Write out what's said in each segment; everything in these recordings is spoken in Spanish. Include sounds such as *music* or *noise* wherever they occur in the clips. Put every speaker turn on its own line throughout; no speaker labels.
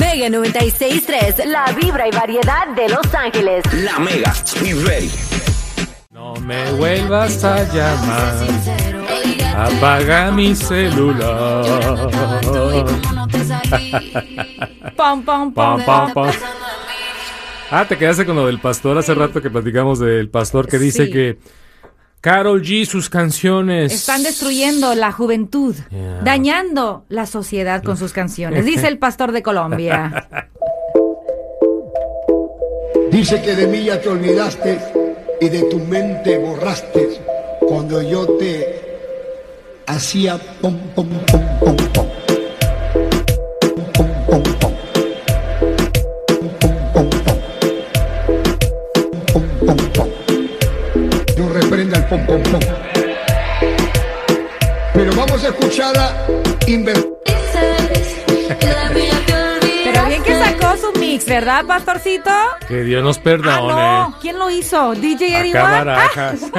Mega 96.3, la vibra y variedad de Los Ángeles.
La Mega, we ready.
No me vuelvas a llamar. Apaga mi celular.
Pam, pam,
Pam,
pam.
pam, pam. Ah, te quedaste con lo del pastor hace rato que platicamos del pastor que dice
Sí.
que Carol G, sus canciones.
Están destruyendo la juventud,
Yeah.
dañando la sociedad con sus canciones, dice el pastor de Colombia.
Dice que de mí ya te olvidaste y de tu mente borraste cuando yo te hacía pom pom pom pom pom. Pom, pom, pom. Pom, pom, pom. Pom, pom, pom. No reprenda el pom pom pom. Pero vamos a escuchar a Inver-
Pero bien que sacó su mix, ¿verdad, pastorcito?
Que Dios nos
Ah,
perdone.
no. ¿Quién lo hizo? ¿DJ Eddie
Acá
One? Ah,
barajas.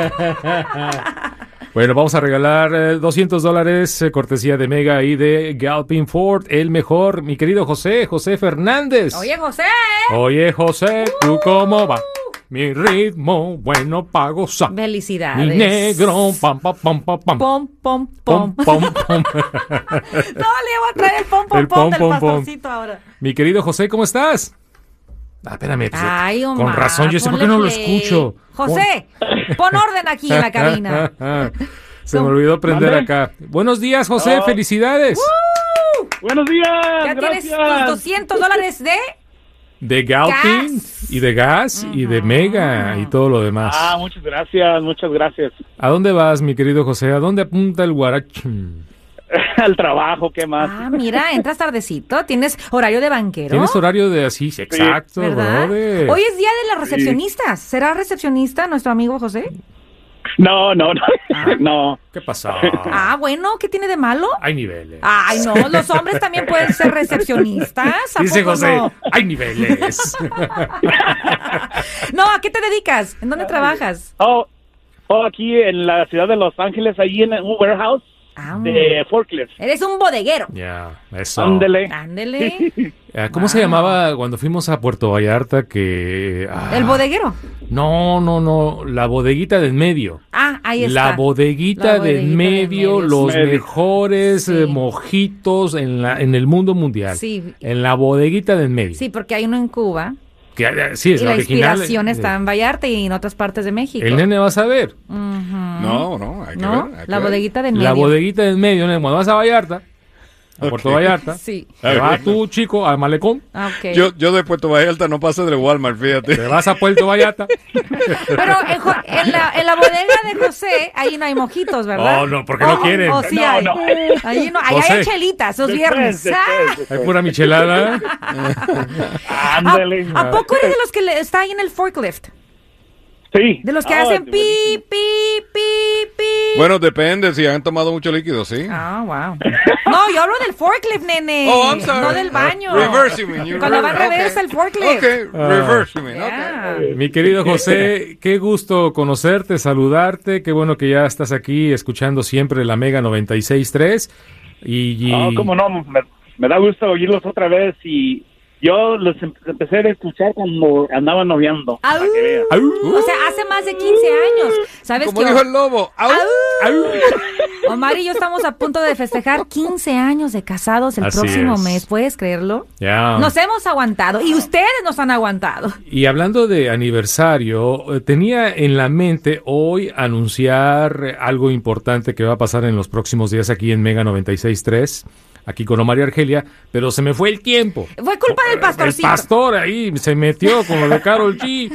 Bueno, vamos a regalar eh, 200 dólares, eh, cortesía de Mega y de Galpin Ford, el mejor, mi querido José, José Fernández.
Oye, Uh. José.
Oye, José, ¿tú cómo va? Mi ritmo bueno pa' gozar.
Felicidades.
Mi negro, pam, pam, pam, pam, pam.
Pom, pom,
Pom,
pom.
pom, pom.
*laughs* No, le voy a traer el pom, pom,
El
pom,
pom,
del
pom, pom.
pastorcito ahora.
Mi querido José, ¿cómo estás? Ah, espérame. pues,
Ay, Omar,
con razón, yo sé por qué
ponle
no lo
play.
escucho.
José, pon orden aquí en la
*laughs*
cabina.
Se me olvidó prender
¿Mande? Oh.
acá. Buenos días, José. Felicidades.
Uh,
Buenos días,
Ya tienes tus
gracias.
200 dólares de...
De Galpin
Gas.
y de Gas y de Mega y todo lo demás.
Ah, muchas gracias, muchas gracias. *laughs*
¿A dónde vas, mi querido José? ¿A dónde apunta el guarachín?
Al trabajo, ¿qué más?
Ah, mira, entras tardecito, tienes horario de banquero.
Tienes horario de así, sí, exacto,
¿Verdad?
brother.
Hoy es día de las recepcionistas. ¿Será recepcionista nuestro amigo José?
No, no, no. *laughs* no.
¿Qué pasó?
Ah, bueno, ¿qué tiene de malo?
Hay niveles.
Ay, no,
*laughs*
los hombres también pueden ser recepcionistas. ¿a
Dice
poco
José,
No?
hay niveles. *laughs*
No, ¿a qué te dedicas? ¿En dónde trabajas?
Oh, oh, aquí en la ciudad de Los Ángeles, ahí en un warehouse
Ah,
de forklift.
Eres un bodeguero.
ya, eso.
Ándele.
*laughs*
Ándele.
Ah, ¿Cómo se llamaba cuando fuimos a Puerto Vallarta que... ah,
El bodeguero.
No, no, no, la bodeguita del medio.
Ah, ahí está.
La bodeguita,
La
del
bodeguita del
medio,
medio,
los
sí.
mejores
Sí.
eh, mojitos en, la, en el mundo mundial.
Sí.
En la bodeguita del medio.
Sí, porque hay uno en Cuba.
Que, eh, sí, es
y
la
la
original.
inspiración
eh,
está en Vallarta y en otras partes de México.
El nene vas a ver.
No, no, hay que
¿No?
ver. hay que
La
ver.
bodeguita del medio.
La bodeguita del medio, nene, cuando vas a Vallarta, a Puerto Vallarta,
Sí.
te vas tú, chico, al malecón,
Ah, ok.
Yo, yo de Puerto Vallarta no paso del Walmart, fíjate.
te vas a Puerto Vallarta.
Pero en, Jo- en la, en la bodega de José, ahí no hay mojitos, ¿verdad?
No, no, porque no quieren.
O sí
No,
hay.
no.
Ahí no, ahí
José.
hay chelitas los
Después,
viernes.
después,
Hay
después.
pura michelada.
*laughs* Ah, ¿A,
Ándele.
a poco eres de los que le- está ahí en el forklift?
Sí.
De los que
Ah,
hacen pi,
buenísimo.
pi, pi, pi.
Bueno, depende si han tomado mucho líquido, sí.
Ah, wow. No, yo hablo del forklift, nene.
Oh, I'm sorry.
No del baño.
Reversing me. you
Cuando va en
reverse,
reversa
ok.
el forklift.
Ok, reversing me. ok.
Yeah.
Mi querido José, qué gusto conocerte, saludarte, qué bueno que ya estás aquí escuchando siempre la Mega 96.3 y, y-
No, Oh, Ah, cómo no. Me, me da gusto oírlos otra vez y yo los em- empecé a escuchar cuando andaba noviando. para
Ah. Au.
que veas.
¡Au!
O sea, hace más de 15 años. ¿Sabes
Como
qué?
dijo el lobo, au.
Omar y yo estamos a punto de festejar 15 años de casados el
Así
próximo
es. Ah.
mes, ¿puedes creerlo?
Ya.
Nos hemos aguantado y ustedes nos han aguantado.
Y hablando de aniversario, eh, tenía en la mente hoy anunciar eh, algo importante que va a pasar en los próximos días aquí en Mega 96.3. aquí con Omar y Argelia, pero se me fue el tiempo.
Fue culpa
Eh,
del
El
pastorcito.
pastor ahí se metió con lo de Carol G.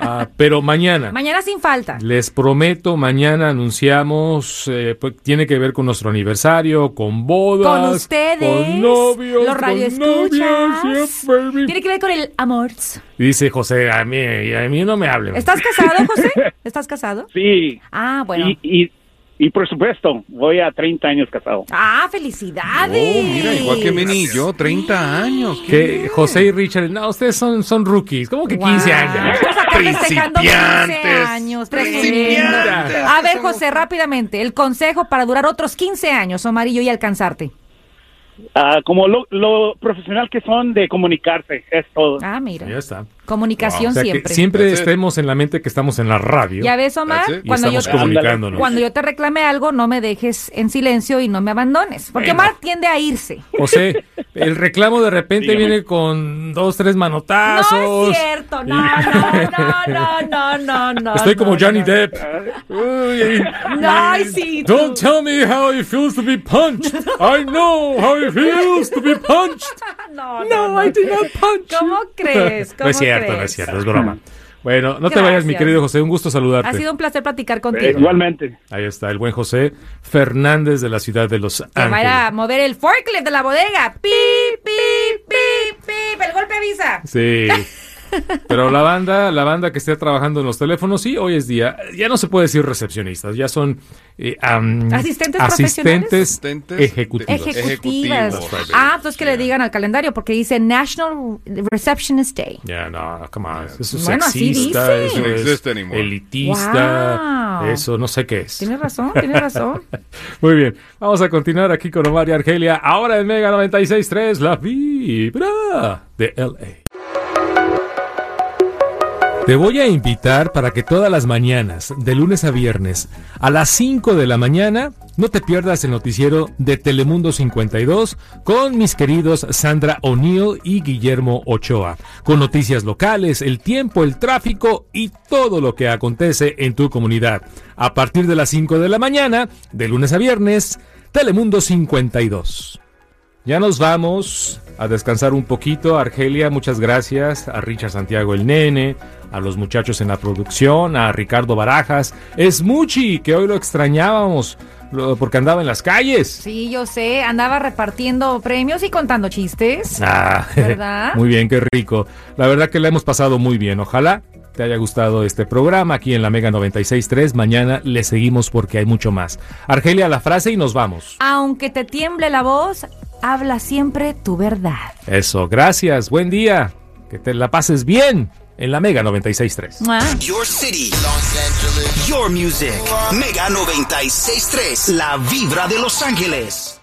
Ah, pero mañana.
Mañana sin falta.
Les prometo, mañana anunciamos, eh, pues, tiene que ver con nuestro aniversario, con bodas.
Con ustedes.
Con novios.
Los
con
radioescuchas.
novias, yeah, baby.
Tiene que ver con el amor.
Y Dice José, a mí, a mí no me hablen.
¿Estás casado, José? ¿Estás casado?
Sí.
Ah, bueno.
Y, y, y por supuesto, voy a 30 años casado.
Ah, felicidades.
Oh, mira, igual que Meni y yo, 30 años. qué
Que
bien.
José y Richard, no, ustedes son, son rookies, ¿cómo que 15 años?
Vamos a estar festejando 15
Principiantes.
años.
Principiantes.
tremendo. A ver, José, rápidamente, el consejo para durar otros 15 años, Omar y yo, y alcanzarte.
Ah, como lo, lo profesional que son de comunicarse, es todo.
Ah, mira.
Ya está.
Comunicación
O sea, que
siempre.
siempre
That's it.
estemos en la mente que estamos en la radio
Ya ves,
That's
Omar,
it.
y
cuando yo,
estamos comunicándonos.
cuando yo te reclame algo, no me dejes en silencio y no me abandones. Porque
Bueno.
Omar tiende a irse.
José, el reclamo de repente
Dígame.
viene con dos, tres
No
manotazos.
es cierto, no, no, no, no, no,
*laughs*
no, no.
Estoy como
no,
Johnny
no.
Depp. Uy,
No, ay, sí. tú.
Don't tell me how it feels to be punched. I know how it feels to be punched.
*laughs* No, no,
No,
no.
I did not punch. you.
¿Cómo
*laughs*
crees?
No
¿Cómo
es cierto, no
crees?
es cierto, es broma. Bueno, no te vayas, mi
Gracias.
querido José. Un gusto saludarte.
Ha sido un placer platicar
Eh,
contigo.
igualmente.
Ahí está el buen José Fernández de la ciudad de Los
Se va a ir a
Ángeles.
mover el forklift de la bodega. Pi, pi, pi, pi. El golpe avisa.
Sí. Pero la banda, la banda que esté trabajando en los teléfonos, sí, hoy es día. Ya no se puede decir recepcionistas, ya son eh, am,
Asistentes
asistentes
Asistentes
ejecutivos.
Ejecu-
Ejecutivas.
Ejecutivos.
Ah, entonces que le digan al calendario porque dice National Receptionist Day.
Ya, no, come on. Eso es
Bueno, así
sexista,
dice.
eso
No
es
existe anymore.
elitista,
Wow.
eso no sé qué es.
Tienes razón, tienes razón.
Muy bien, vamos a continuar aquí con Omar y Argelia. Ahora en Mega 96.3, la vibra de LA. Te voy a invitar para que todas las mañanas, de lunes a viernes, a las 5 de la mañana, no te pierdas el noticiero de Telemundo 52 con mis queridos Sandra O'Neill y Guillermo Ochoa, con noticias locales, el tiempo, el tráfico y todo lo que acontece en tu comunidad. A partir de las 5 de la mañana, de lunes a viernes, Telemundo 52. Ya nos vamos a descansar un poquito. Argelia, muchas gracias. A Richard Santiago el Nene, a los muchachos en la producción, a Ricardo Barajas. Es Muchi, que hoy lo extrañábamos lo- porque andaba en las calles.
Sí, yo sé, andaba repartiendo premios y contando chistes.
Ah, *laughs*
¿Verdad?
muy bien, qué rico. La verdad que la hemos pasado muy bien. Ojalá te haya gustado este programa aquí en la Mega 96.3. Mañana le seguimos porque hay mucho más. Argelia, la frase y nos vamos.
Aunque te tiemble la voz, habla siempre tu verdad.
Eso, gracias. Buen día. Que te la pases bien en la Mega 96.3.
¡Mua!
Your city. Los Angeles. Your music. Mega 96.3. La vibra de Los Ángeles.